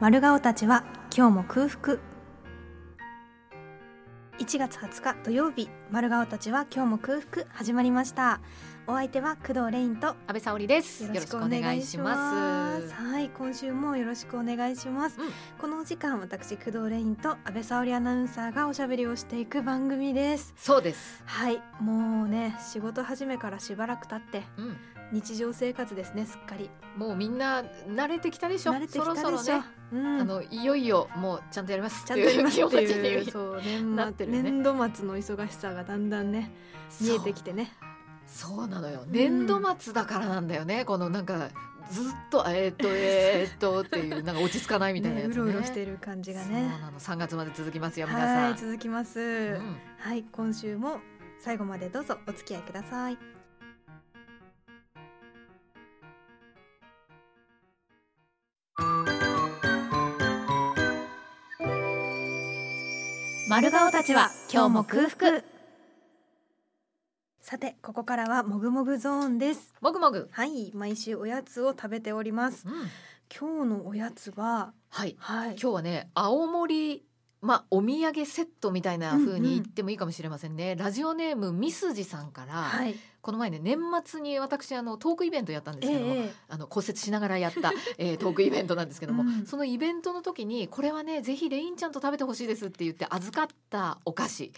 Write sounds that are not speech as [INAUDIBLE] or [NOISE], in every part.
丸顔たちは今日も空腹1月20日土曜日丸顔たちは今日も空腹始まりましたお相手は工藤レインと安倍沙織です。よよろろししくくおお願願いいししまますす。はい今週もよろしくお願いします、うんこのお時間私工藤レインと安倍沙織アナウンサーがおしゃべりをしていく番組ですそうです。はいもうね仕事始めからしばらく経ってうん、日常生活ですねすっかりもうみんな慣れてきたでしょ。慣れてきたでしょそろそろね、うんあのいよいよもうちゃんとやりますちっゃんとていやりうます [LAUGHS] 気っ持てちいでう [LAUGHS] そう年なって末るね年度末の忙しさがだんだんね見えてきてねそう。そうなのよ。ん年度末だからなんだよね。このなんかずっとえーっとえーっとっていうなんか落ち着かないみたいなねやつうね。ろうろしている感じがねそうなの。三月まで続きますよ皆さはん。い続きます、うんはい今週も最後までどうぞお付き合いください丸顔たちは今日も空腹さてここからはもぐもぐゾーンですもぐもぐ。はい毎週おやつを食べておりますうん今日のおやつははい。はい今日はね青森まあお土産セットみたいな風に言ってもいいかもしれませんね、ラジオネームみすじさんから、はいこの前ね年末に私あのトークイベントやったんですけども、ええあの骨折しながら [LAUGHS] やった、えートークイベントなんですけども、うんそのイベントの時にこれはねぜひレインちゃんと食べてほしいですって言って預かったお菓子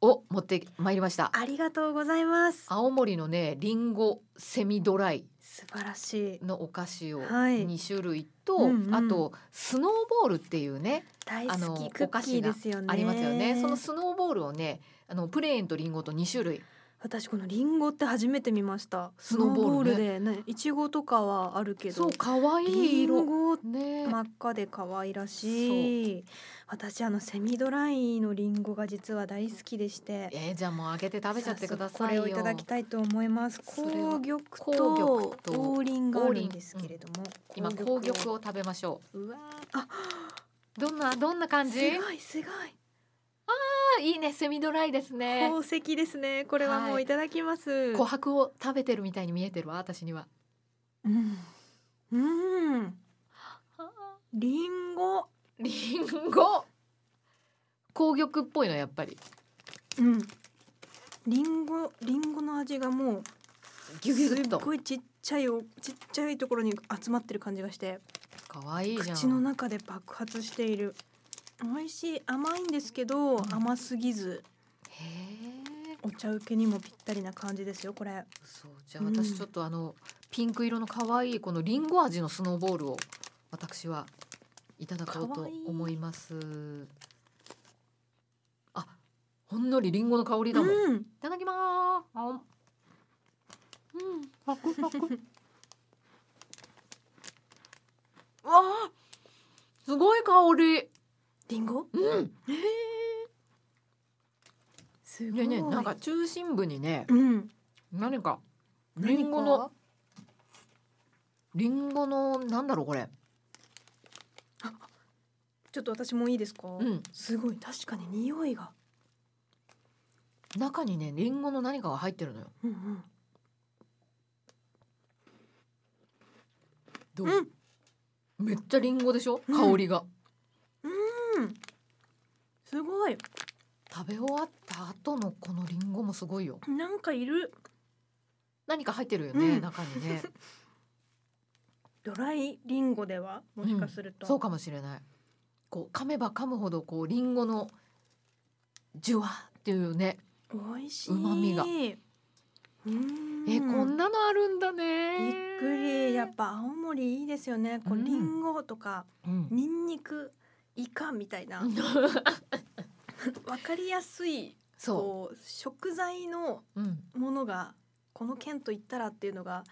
を持ってまいりましたありがとうございます青森のねりんごセミドライ素晴らしいのお菓子をはい2種類と、うんうんあとスノーボールっていうね大あ好のきクお菓ッキー子がですよねありますよね。そのスノーボールをね、あのプレーンとリンゴと2種類。私このリンゴって初めて見ましたススノノーーボボーールルねでねいちごとかはあるけどそう可愛いリン色ゴね。真っ赤で可愛らしい私あのセミドライのリンゴが実は大好きでしてえー、じゃあもう開けて食べちゃってくださ早速いよ。これをいただきたいと思いますそれを紅玉紅と玉と王林があるんですけれども今紅玉を食べましょうわーあう。どんなどんな感すじ？ごいすごいあいいねセミドライですね。宝石ですねこれはもういただきます、琥珀を食べてるみたいに見えてるわ私には。うんうんあリンゴーリンゴ。紅玉っぽいのやっぱり。うん。リンゴリンゴの味がもうギュギュギュっすっと。ごいちっちゃいおちっちゃいところに集まってる感じがして可愛いじゃん。口の中で爆発している美味しい甘いんですけど、ん甘すぎずへえ。お茶受けにもぴったりな感じですよこれそうじゃあ私ちょっとあの、ピンク色の可愛いこのリンゴ味のスノーボールを私はいただこう可と愛い思いますあほんのりリンゴの香りだもん、いうんただきまーすあうんサク [LAUGHS] サクわあすごい香りリンゴうんすごでいねなんか中心部にねうん何かリンゴの何かリンゴのなんだろうこれちょっと私もいいですか、うんすごい確かに匂いが中にねリンゴの何かが入ってるのようんうんどう、うんめっちゃリンゴでしょうん香りが、すごい食べ終わった後のこのリンゴもすごいよなんかいる何か入ってるよね、うん中 [LAUGHS] にねドライリンゴではもしかすると、そうかもしれないこう噛めば噛むほどこうリンゴのジュワっていうね美味しい。旨味がうーん。え、こんなのあるんだびねっくり、やっぱ青森いいですよね。こうう、んりんごとか、うんニンニク、イカみたいな。 [LAUGHS] わかりやすい、そこう、食材のう、うん、ものが。この県と言ったらっていうのが、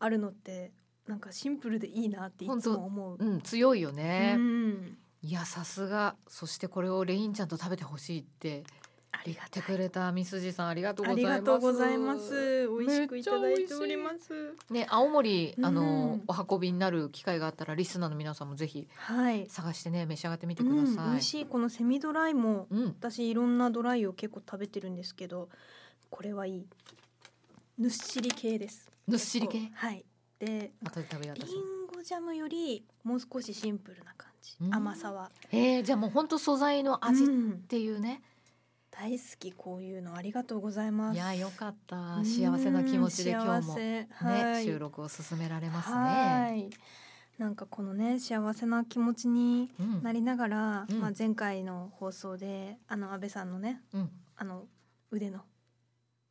あるのって、なんかシンプルでいいなっていつも思う。うん、強いよねう、ん。いやさすがそしてこれをレインちゃんと食べてほしいってあり言っがたてい。くれたみすじさんありがとうあござりいますがとうございます。美味しくめいっちゃただいております。ね、青森うんあの、お運びになる機会があったらリスナーの皆さんもぜひはい。探してね召し上がってみてうくだん、美さい味。しい、このセミドライも。うん、私いろんなドライを結構食べてるんですけどこれはいいぬっしり系ですぬっしり系結構はいで後で食べようリ私もンゴジャムよりもう少しシンプルな感じ、うん甘さはえー、じゃあもう本当素材の味っうんていうね、大好きこういうのありがとうございますいやよかったうん幸せな気持ちで今日もね、幸せはい収録を進められますはいね。なんかこのね幸せな気持ちにうんなりながら、うんまあ、前回の放送であの安倍さんのねうん、あの腕の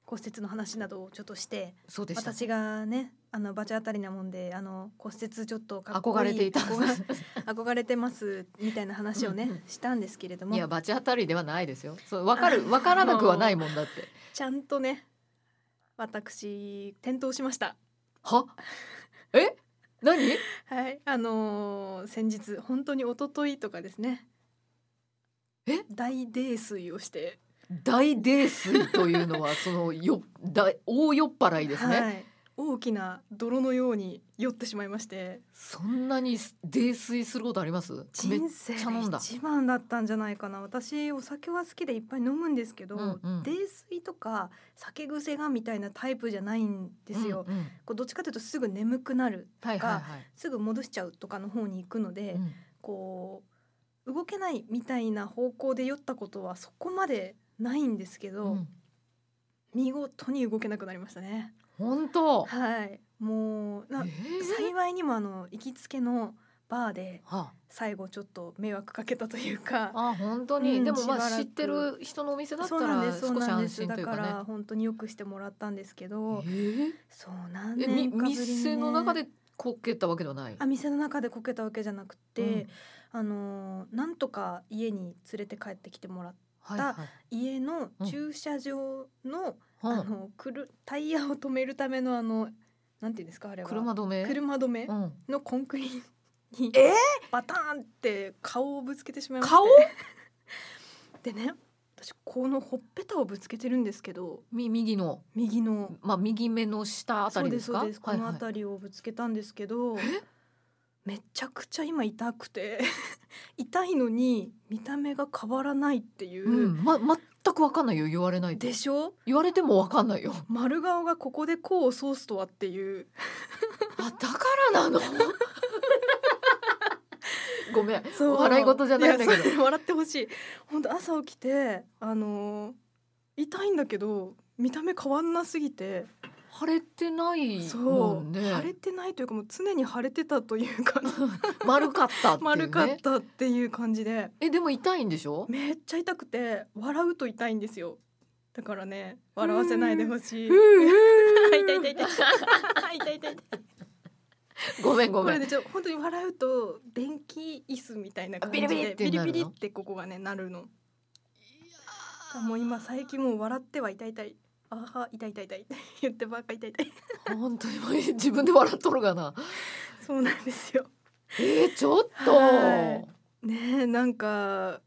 骨折の話などをちょっとしてそうでした。私がねあのバチ当たりなもんであの骨折ちょっとかっこ憧れていた。憧れ [LAUGHS] 憧れてますみたいな話をねうんうんしたんですけれど [LAUGHS] もいやバチ当たりではないですよ。そうわかるわからなくはないもんだって。ちゃんとね私転倒しましたは？え？何？はいあのー先日本当に一昨日とかですねえ大泥酔をして大泥酔というのはそ [LAUGHS] のよ大大酔っ払いですね。はい、大きな泥のように酔ってしまいましてそんなに泥酔することあります？め人生でちゃ飲んだ一番だったんじゃないかな私お酒は好きでいっぱい飲むんですけど、うんうん泥酔とか酒癖がみたいなタイプじゃないんですよ、うんうんこうどっちかというとすぐ眠くなるはいはいはすぐ戻しちゃうとかの方に行くので、い。うんこう動けないみたいな方向で酔ったことはそこまでないんですけど、うん見事に動けなくなりましたね。本当。はい、もうえなー幸いにもあの行きつけのバーでは最後ちょっと迷惑かけたというかあ、あ本当に、うんでもましばあら知くってる人のお店だったそうなんでらすそう少しなんで安す心とだいうかからね。本当によくしてもらったんですけえど、ーそう何えみ年かぶりに、ね、店の中でこけたわけではない。あ店の中でこけたわけじゃなくて、うんあのーなんとか家に連れて帰ってきてもらっはいだはい。家の駐車場の,、うあんのくるタイヤを止めるためのあのなんていうんですかあれは車止め。車止めうん。のコンクリにえバターンって顔をぶつけてしまいましてで顔？ね私このほっぺたをぶつけてるんですけどみ右の右のまあ右目の下あたそうりでですすそか？うですこはいのはい辺りをぶつけたんですけど、めちゃくちゃ今痛くて [LAUGHS] 痛いのに見た目が変わらないっていう、うん、ま全くわかんないよ言われないとでしょ言われてもわかんな [LAUGHS] いよ丸顔がここでこうソースとはっていうあだからなの [LAUGHS] ごめんそう笑い事じゃないんだけどやそう笑ってほしい本当朝起きてあのー痛いんだけど見た目変わんなすぎて腫れてないそもう、ん腫れねてないというかもう常に腫れてたという [LAUGHS] か丸かったっていう丸かっねたっていう感じでえでも痛いんでしょめっちゃ痛くて笑うと痛いんですよだからね笑わせないでほしい [LAUGHS] 痛い痛い痛い痛い痛い痛い痛いごめんごこめれんでちょ本当に笑うと電気椅子みたいな感じあビリビリでってビリなるのビリってここがねなるのもう今最近もう笑っては痛い痛いあは痛い痛い痛い [LAUGHS] って言ってばっか痛い痛い本当にもう自分で笑っとるがなそうなんですよえー、ちょっはとねえなんか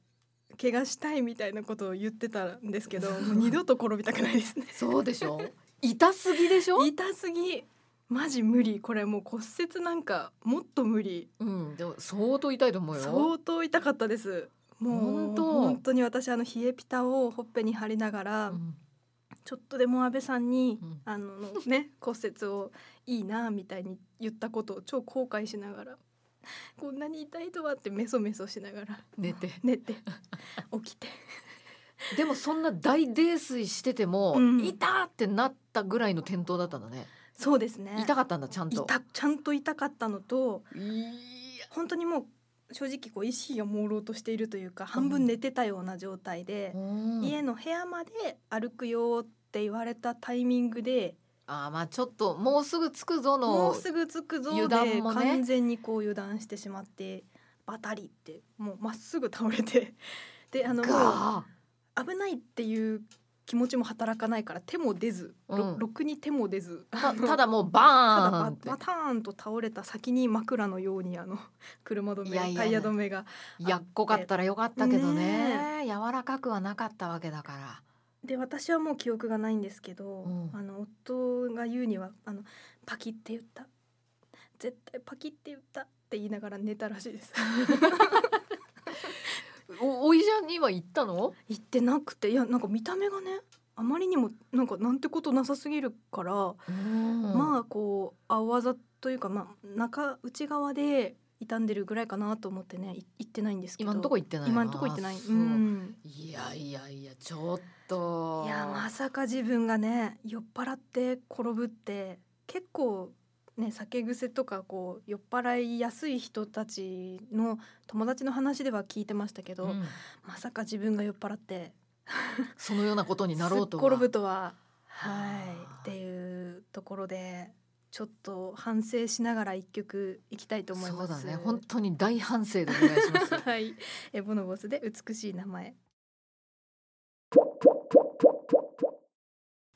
怪我したいみたいなことを言ってたんですけどもう二度と転びたくないですねそうでしょ痛すぎでしょ痛すぎマジ無理これもう骨折なんかもっと無理うんでも相当痛いと思うよ相当痛かったですも本う当本当に私あの冷えピタをほっぺに貼りながら、うんちょっとでも安倍さんに、うんあのね [LAUGHS] 骨折をいいなみたいに言ったことを超後悔しながらこんなに痛いとはってメソメソしながら寝て寝 [LAUGHS] て起きてでもそんな大泥酔してても、うん痛ってなったぐらいの転倒だったんだね。そうですね痛かったんだちゃんと。痛ちゃんと痛かったのといや本当にもう正直こう意識が朦朧としているというか半分寝てたような状態で、うん家の部屋まで歩くよって言われたタイミングであーまあちょっともうすぐ着くぞもうのすぐ着くぞ油断でもね完全にこう油断してしまってバタリってもうまっすぐ倒れてであのもうが危ないっていう気持ちも働かないから手も出ず、ろうんろくに手も出ず [LAUGHS] たただもうただバーンバってバターンと倒れた先に枕のようにあの [LAUGHS] 車止めいやいやいやタイヤ止めがやっこかったらよかったけどねね柔らかくはなかったわけだから。で私はもう記憶がないんですけど、うんあの夫が言うにはあのパキって言った絶対パキって言ったって言いながら寝たらしい [LAUGHS] です。おお医者には行ったの？行ってなくていやなんか見た目がねあまりにもなんかなんてことなさすぎるから、ままあこう青技というかまあ中内側で傷んでるぐらいかなと思ってねい行ってないんですけど今のとこ行ってない今んとこ行ってないあうそうんいやいやいやちょっといやまさか自分がね酔っ払って転ぶって結構ね酒癖とかこう酔っ払いやすい人たちの友達の話では聞いてましたけど、うんまさか自分が酔っ払ってそのようなことになろうとすっは転ぶとははいあーっていうところでちょっと反省しながら一曲いきたいと思います。そうだね本当に大反省でお願いしますはい、えボノボスで美しい名前。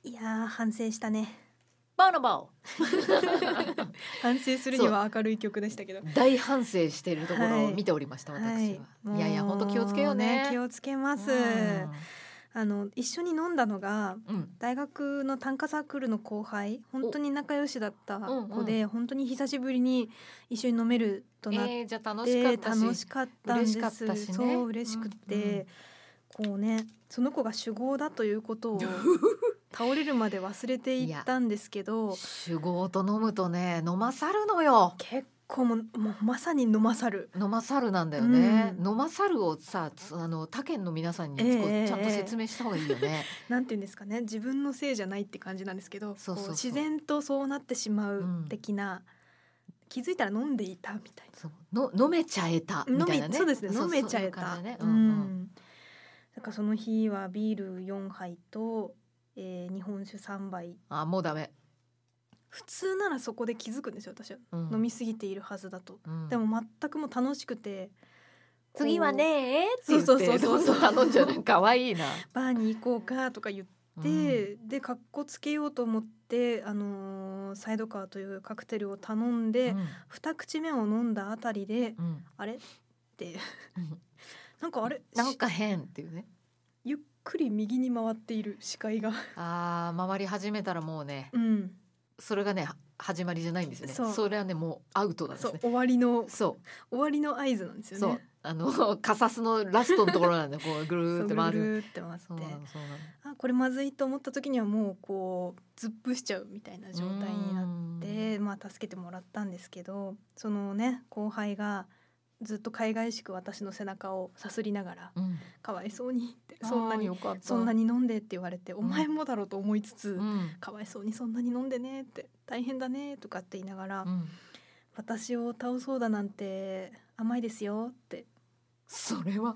いやー反省したね。 [LAUGHS] バーナバ [LAUGHS] 反省するには明るい曲でしたけど。ー大反省しているところを見ておりました、私は、もういやいや本当気をつけようね気をつけます。あの一緒に飲んだのがうんうん大学の短歌サークルの後輩本当に仲良しだったうん子で、本当に久しぶりに一緒に飲めるとなっえー、じゃあ楽しかてったし楽しかったんです嬉しかったしねそう嬉しくて、こうねその子が酒豪だという [LAUGHS] ことを倒れるまで忘れていったんですけど酒豪と飲むとね飲まさるのよ結構もうもうまさに飲まさる飲まさるなんだよね、うん飲まさるをさつあの他県の皆さんにこうええちゃんと説明した方がいいよね、なんて言うんですかね自分のせいじゃないって感じなんですけどそうそうそうこ自然とそうなってしまう的な、気づいたら飲んでいたみたいな。 [LAUGHS] そうの飲めちゃえたみ飲たみいなねそうですね飲めちゃえそういうた感じだねううんうんんだからその日はビール4杯と、えー日本酒3杯あもうダメ、普通ならそこで気づくんですよ私はうん飲みすぎているはずだと、うんでも全くもう楽しくてこう次はねーって言ってそうそうそうそうどんどん頼んじゃうの可愛 [LAUGHS] いな。バーに行こうかとか言って、でかっこつけようと思って、あのーサイドカーというカクテルを頼んうん、で、うん二口目を飲んだあたりでうんあれってなんかあれなんしか変っていうね。ゆっくり右に回っている視界がああ回り始めたらもうねうんそれがねは始まりじゃないんですよね。そそうれはねもうアウトなんでそすうね。終わりのそう終わりの合図なんですそう,、よねあの [LAUGHS] カサスのラストのところなんでこうぐるそーうっぐてる回ぐる。るって回っそうなてのそうなの。あこれまずいと思った時にはもうこうずっぷしちゃうみたいな状態になっってて、まあ、助けてもらったんですけどそのね後輩がずっと海外しく私の背中をさすりながらうん、 「かわいそうに」って「そんなにそそんんななに、に飲んで」って言われて「お前もだろ」うと思いつつうん「かわいそうにそんなに飲んでね」って「大変だね」とかって言いながらうん、 「私を倒そうだなんて甘いですよ」ってそれ [LAUGHS] は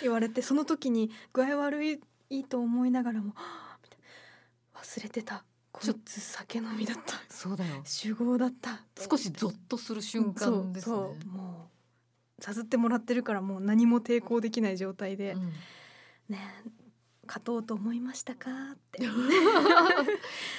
言われてその時に具合悪いいいと思いながらもはぁみたいな忘れてたこちょいつ酒飲みだったそうだよ。酒豪だった少しゾッとする瞬間ですね。そうそうもうさすってもらってるからもう何も抵抗できない状態で、うんねえ勝とうと思いましたかって [LAUGHS]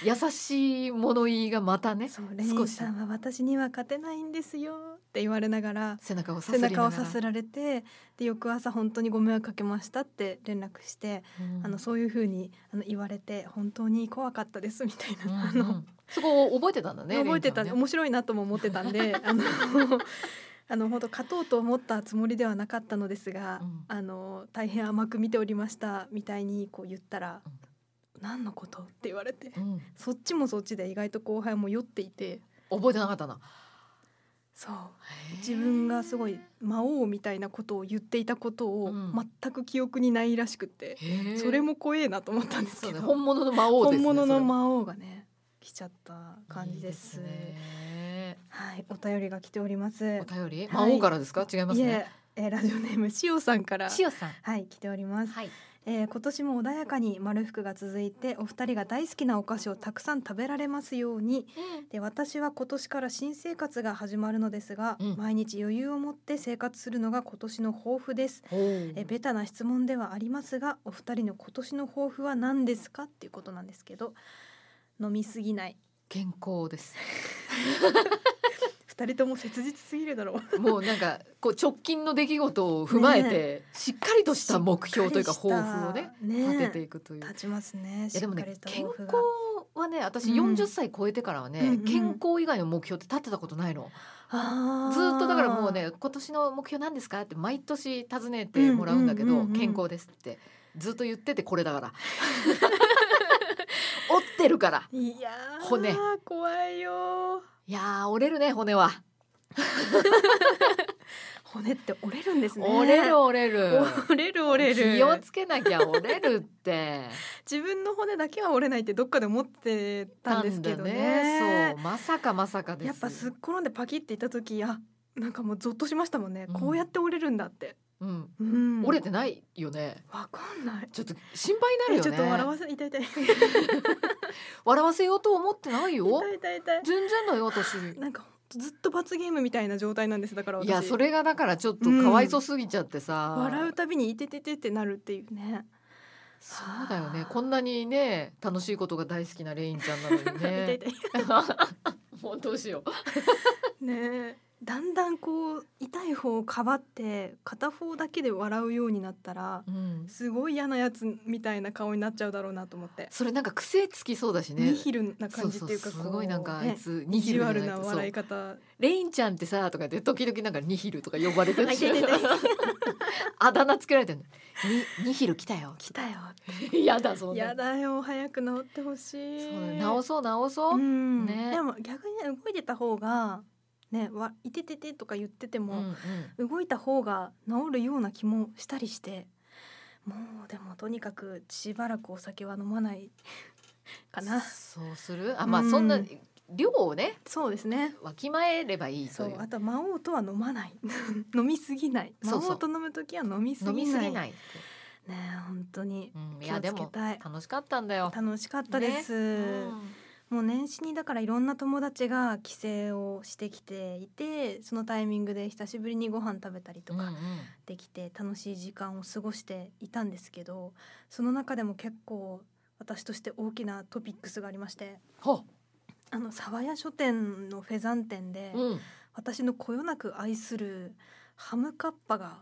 優しい物言いがまたねそうレインしさんは私には勝てないんですよって言われながら背中をさす背りなが中らをさすられてで翌朝本当にご迷惑かけましたって連絡して、うんあのそういう風にあの言われて本当に怖かったですみたいうんな、 [LAUGHS] あうのんそこを覚えてたんだね覚えてた、レインちゃんね面白いなとも思ってたん [LAUGHS] であの [LAUGHS] あの本当勝とうと思ったつもりではなかったのですが、うんあの大変甘く見ておりましたみたいにこう言ったらう「ん何のこと?」って言われて、うんそっちもそっちで意外と後輩も酔っていて覚えてなかったなそう自分がすごい魔王みたいなことを言っていたことうをん全く記憶にないらしくて、それもも怖えなと思ったんですけど、本物の魔王です本ね物そのれは魔王がね来ちゃった感じですいいねはいお便りが来ておりますお便りい魔王からですか違いますいねええーラジオネームしおさんからしおさんはい来ております、はいえー今年も穏やかに丸福が続いてお二人が大好きなお菓子をたくさん食べられますようにで私は今年から新生活が始まるのですが、うん毎日余裕を持って生活するのが今年の抱負ですおーえベタな質問ではありますがお二人の今年の抱負は何ですかっていうことなんですけど飲みすぎない健康です二人とも切実すぎるだろうもうなんかこう直近の出来事を踏ま [LAUGHS] えねてしっか [LAUGHS] りとした目標というかしっかりした抱負をねね立てていくという立ちますねいやでもねしっかり健と康抱負がはね私うん40歳超えてからはね、うんうん健康以外の目標って立ってたことないの、あーずっとだからもうね今年の目標なんですかって毎年尋ねてもらうんだけうど、んうんうんうん健康ですってずっと言っててこれだから [LAUGHS] 折ってるからいやー骨怖いよいやー折れるね骨は骨って折れるんですね折れる折れる折れる [LAUGHS] 折れる気をつけなきゃ折れるって [LAUGHS] 自分の骨だけは折れないってどっかで思ってたんですけどねなんだそうまさかまさかですやっぱすっ転んでパキっていった時あなんかもうゾッとしましたもんね、こうやって折れるんだって、うん、うん、折れてないよねわかんないちょっと心配になるよねえちょっと笑わせ痛い痛い笑わせようと思ってないよ痛い痛い痛い全然だよ私 [LAUGHS] なんかほんとずっと罰ゲームみたいな状態なんですだから私いやそれがだからちょっとかわいそすぎちゃってさ、笑うたびにいてててってなるっていうねそうだよねこんなにね楽しいことが大好きなレインちゃんな [LAUGHS] のに痛いね痛い痛 [LAUGHS] もうどうしよういねえだんだんこう痛い方をかばって片方だけで笑うようになったらうん、すごい嫌なやつみたいな顔になっちゃうだろうなと思って、それなんか癖つきそうだしねニヒルな感じっていうかそそすこうごいなんかあいねつニ意ヒ地ルじゃ悪いなそう笑い方レインちゃんってさとかで時々なんかニヒルとか呼ばれてるしあいててて [LAUGHS] あだ名つけられてるニニヒル来たよ来たよやだそんな [LAUGHS] やだよ早く治ってほしいそうだね直そう直そう、うんねでも逆にね動いてた方がねわいてててとか言っててうんも、うん動いた方が治るような気もしたりしてもうでもとにかくしばらくお酒は飲まないかなそうするあまあうんそんな量をねそうですねわきまえればいいそといううあとは魔王とは飲まない [LAUGHS] 飲みすぎないそ魔うそう王と飲む時は飲みすぎ飲ないみすぎないって、ねえ本当にうん、い気をやでつけもたい楽しかったんだよ、楽しかったです、うんもう年始にだからいろんな友達が帰省をしてきていてそのタイミングで久しぶりにご飯食べたりとうんうかんできて楽しい時間を過ごしていたんですけどその中でも結構私として大きなトピックスがありましてほあの沢谷書店のフェザン店で、うん私のこよなく愛するハムカッパが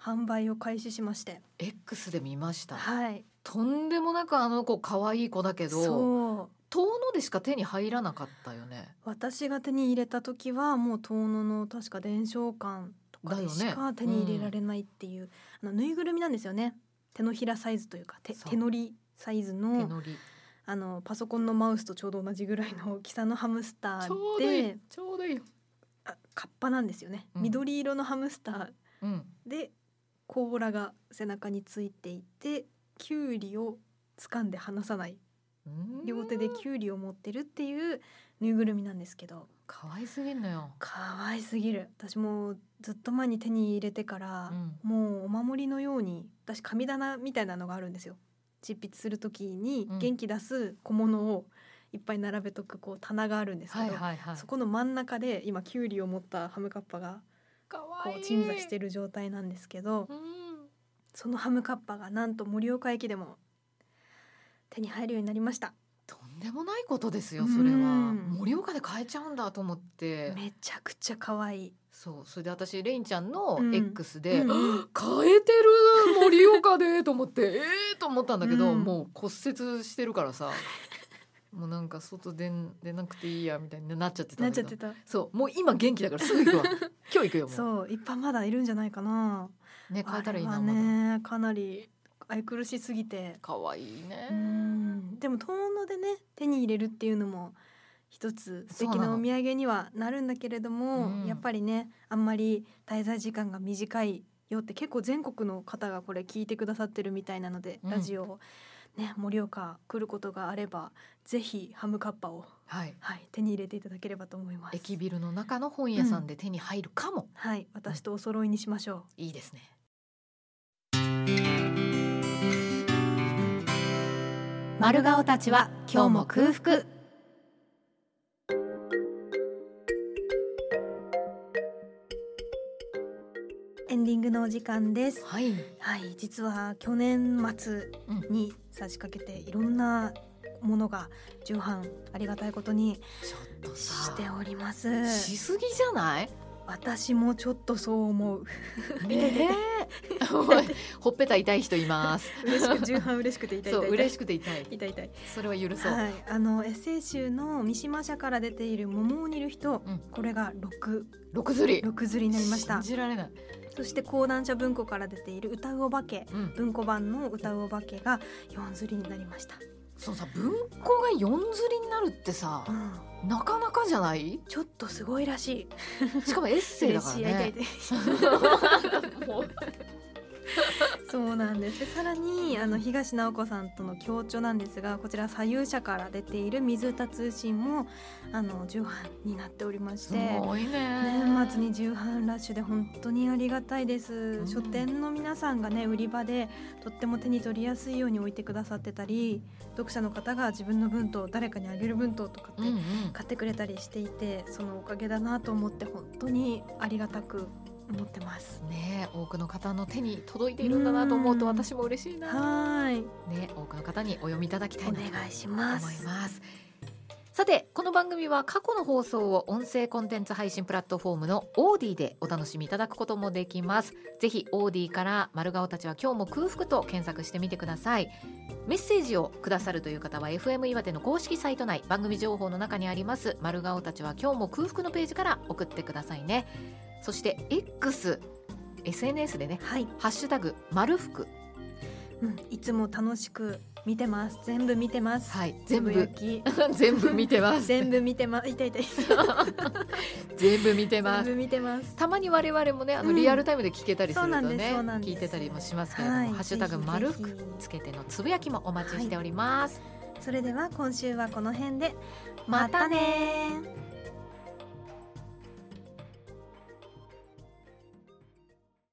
販売を開始しまして X で見ましたはいとんでもなくあの子可愛い子だけどそう遠野でしか手に入らなかったよね私が手に入れた時はもう遠野の確か伝承館とかでしだよかね手に入れられないっていう、あのぬいぐるみなんですよね手のひらサイズというか手そう手のりサイズ手の乗りあのパソコンのマウスとちょうど同じぐらいの大きさのハムスタちょーうどいいでちょうどいいよ、あカッパなんですよね、うん緑色のハムスターうん、で甲羅が背中についていてキュウリを掴んで離さない両手でキュウリを持ってるっていうぬいぐるみなんですけど可愛すぎんのよ、可愛すぎる私もずっと前に手に入れてからう、んもうお守りのように私神棚みたいなのがあるんですよ執筆する時にうん元気出す小物をいっぱい並べとくこう棚があるんですけど、はいはいはいそこの真ん中で今キュウリを持ったハムカッパがかこう鎮座してる状態なんですけど、うんそのハムカッパがなんと盛岡駅でも手に入るようになりましたとんでもないことですよそれはうん盛岡で買えちゃうんだと思ってめちゃくちゃ可愛いそうそれで私レインちゃんのうん X で、うんうん買えてる盛岡でと思って [LAUGHS] ええと思ったんだけど、うんもう骨折してるからさもうなんか外出ん出なくていいやみたいになっちゃってたなんっだちけゃっどてたそうもう今元気だからすぐ行 [LAUGHS] くわ今日行くよもうそういっぱいまだいるんじゃないかなね変えたらいいあな、れまはだねかなり愛くるしすぎて可愛いねうんでも遠野でね手に入れるっていうのも一つ素敵そうななのお土産にはなるんだけれども、うんやっぱりねあんまり滞在時間が短いよって結構全国の方がこれ聞いてくださってるみたいなので、うんラジオをね盛岡来ることがあればぜひハムカッパを、はいはい、手に入れていただければと思います。駅ビルの中の本屋さんで手に入るかも、はい、私とお揃いにしましょう。いいですね丸顔たちは今日も空腹エンディングのお時間ですはいはい実は去年末に差し掛けていろんなものが重版ありがたいことにちょっとさしておりますしすぎじ [LAUGHS] ゃない私もちょっとそう思うね [LAUGHS] えおいほっぺた痛い人います嬉 [LAUGHS] しく重版嬉しくて痛いそ痛うい痛い嬉しくて痛い痛い痛いそれは許そう、はい、あのエッセイ集の三島社から出ている桃を煮る人、うんこれが六六釣り六釣りになりました信じられない、そして講談社文庫から出ている歌うお化けうん、文庫版の歌うお化けが四釣りになりましたそうさ文庫が四釣りになるってさうん、なかなかじゃないちょっとすごいらしいしかもエッセイだから [LAUGHS] 嬉しい会いたいですね [LAUGHS] そうなんですでさらにあの東直子さんとの共著なんですがこちら左右者から出ている水田通信もあの重版になっておりましすてごいね年末に重版ラッシュで本当にありがたいです、ん書店の皆さんがね売り場でとっても手に取りやすいように置いてくださってたり読者の方が自分の文と誰かにあげる文ととかってうんうん買ってくれたりしていてそのおかげだなと思って本当にありがたく思ってます。ね多くの方の手に届いているんだなと思うとうん私も嬉しいなはい、ね多くの方にお読みいただきたいおなと願いし思まいす。ます。さてこの番組は過去の放送を音声コンテンツ配信プラットフォームのオーディでお楽しみいただくこともできますぜひオーディから丸顔たちは今日も空腹と検索してみてくださいメッセージをくださるという方は FM 岩手の公式サイト内番組情報の中にあります丸顔たちは今日も空腹のページから送ってくださいねそして X SNS でねはい、ハッシュタグ丸服うん、いつも楽しく見てます。全部見てます。はい全つぶや部き [LAUGHS] 全部見てま [LAUGHS] す全部見てます。痛い痛い。全部見てま全す部見てます。たまに我々もねあうのんリアルタイムで聞けたりするとそうなんでね、すそうなんです聞いてたりもしますけれども、はいハッシュタグぜひぜひ丸くつけてのつぶやきもお待ちしております、それでは今週はこの辺でまたねー